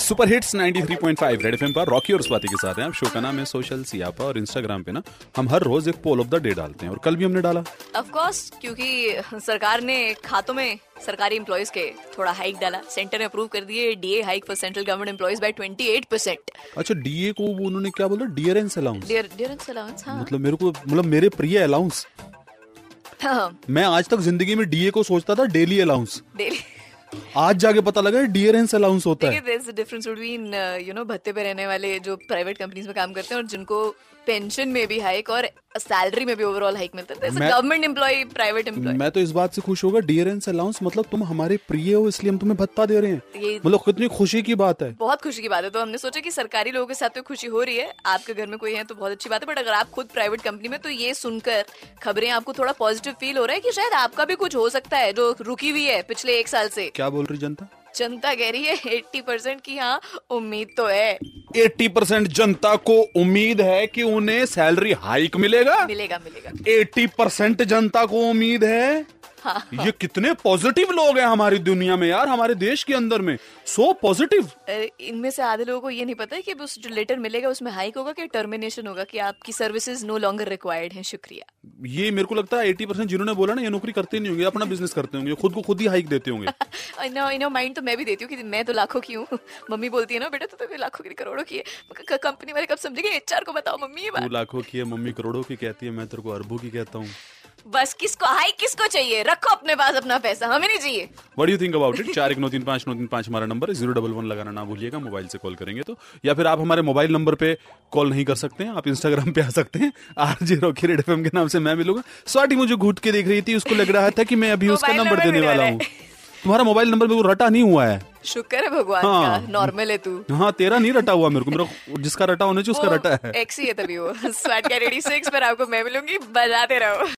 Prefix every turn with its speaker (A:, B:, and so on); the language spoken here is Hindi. A: सुपर हिट्स 93.5 रेड एफएम पर रॉकी और स्वाति के साथ हैं आप शो का नाम है सोशल सियापा और इंस्टाग्राम पे ना हम हर रोज एक पोल ऑफ द डे डालते हैं और कल भी हमने डाला
B: ऑफ कोर्स क्योंकि सरकार ने खातों में सरकारी एम्प्लॉयज के थोड़ा हाइक डाला सेंटर ने अप्रूव कर दिए DA hike for central government employees by 28 percent
A: अच्छा डीए को वो उन्होंने क्या बोला dearness allowance
B: dear dearness allowance हाँ
A: मतलब मेरे को मतलब मेरे प्रिय अलाउंस
B: हाँ,
A: मैं आज तक जिंदगी में डीए को सोचता था डेली अलाउंस
B: डेली
A: आज जाके पता लगा डियरेंस अलाउंस होता है
B: देखिए there is a difference between you know uh, भत्ते पे रहने वाले जो प्राइवेट कंपनीज में काम करते हैं और जिनको पेंशन में भी हाइक और सैलरी में भी ओवरऑल हाइक मिलता है
A: मैं-
B: गवर्नमेंट एम्प्लॉय प्राइवेट एम्प्लॉय
A: मैं तो इस बात से खुश होगा डियरेंस अलाउंस मतलब तुम हमारे प्रिय हो इसलिए हम तुम्हें भत्ता दे रहे हैं
B: ये
A: मतलब कितनी खुशी की बात है
B: बहुत खुशी की बात है तो हमने सोचा कि सरकारी लोगों के साथ तो खुशी हो रही है आपके घर में कोई है तो बहुत अच्छी बात है बट अगर आप खुद प्राइवेट कंपनी में तो ये सुनकर खबरें आपको थोड़ा पॉजिटिव फील हो रहा है कि शायद आपका भी कुछ हो सकता है जो रुकी हुई है पिछले एक साल से
A: क्या बोल रही जनता
B: जनता कह रही है एट्टी परसेंट की हाँ उम्मीद तो है
A: 80 परसेंट जनता को उम्मीद है कि उन्हें सैलरी हाइक मिलेगा
B: मिलेगा मिलेगा
A: 80 परसेंट जनता को उम्मीद है
B: हाँ
A: ये कितने पॉजिटिव लोग हैं हमारी दुनिया में यार हमारे देश के अंदर में सो पॉजिटिव
B: अरे, इनमें से आधे लोगों को ये नहीं पता है कि अब उस जो लेटर मिलेगा उसमें हाइक होगा कि टर्मिनेशन होगा कि आपकी सर्विसेज नो लॉन्गर रिक्वायर्ड हैं शुक्रिया
A: ये मेरे को लगता है 80 परसेंट जिन्होंने बोला ना ये नौकरी करते नहीं होंगे अपना बिजनेस करते होंगे खुद को खुद ही हाइक देते होंगे
B: नो नो माइंड तो मैं भी देती हूँ कि मैं तो लाखों की हूँ मम्मी बोलती है ना बेटा तो, तो लाखों की नहीं, करोड़ों की है क- क- कंपनी वाले कब समझेंगे एचआर को बताओ मम्मी ये
A: तू
B: बात
A: लाखों की है मम्मी करोड़ों की कहती है मैं तेरे को अरबों की कहता हूँ
B: बस किसको हाई किसको चाहिए रखो अपने पास अपना पैसा हमें नहीं चाहिए
A: what you think about it चार एक नौ तीन पाँच नौ तीन पाँच हमारा नंबर है जीरो डबल वन लगाना ना भूलिएगा मोबाइल से कॉल करेंगे तो या फिर आप हमारे मोबाइल नंबर पे कॉल नहीं कर सकते हैं आप इंस्टाग्राम पे आ सकते हैं R J Rocky red F के नाम से मैं मिलूंगा स्वाटी मुझे घूट के देख रही थी उसको लग रहा था कि मैं अभी उसका
B: मोबाइल
A: नंबर
B: नंबर
A: देने
B: मेरा
A: वाला
B: है।
A: हूँ तुम्हारा मोबाइल नंबर मेरे को रटा नहीं हुआ है
B: शुक्र है भगवान
A: हाँ।
B: का नॉर्मल है तू
A: हाँ तेरा नहीं रटा हुआ मेरे को मेरा जिसका रटा होना चाहिए उसका रटा है
B: एक्सी है तभी वो स्वैट का रेडी सिक्स पर आपको मैं मिलूंगी बजाते रहो